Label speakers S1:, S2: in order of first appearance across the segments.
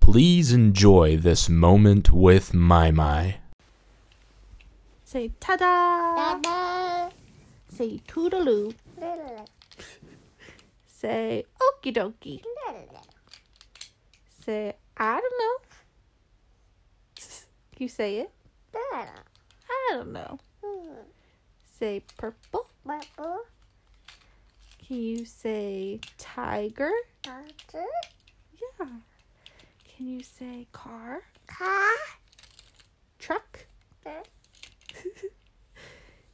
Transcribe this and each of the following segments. S1: Please enjoy this moment with Mai Mai.
S2: Say ta-da.
S3: Bye-bye.
S2: Say toodaloo. Say okie dokie. Say I don't know. Can you say it? I don't know. Say purple. Can you say tiger? Yeah. Can you say car? Truck?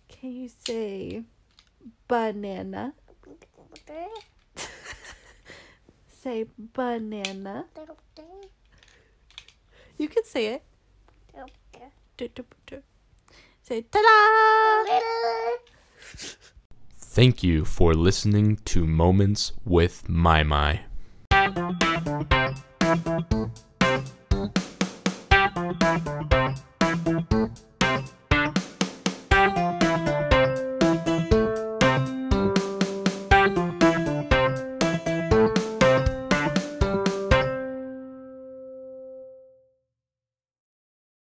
S2: Can you say banana? Say banana. You can say it. Du- du- du. Say ta-da!
S1: Thank you for listening to Moments with Mai Mai.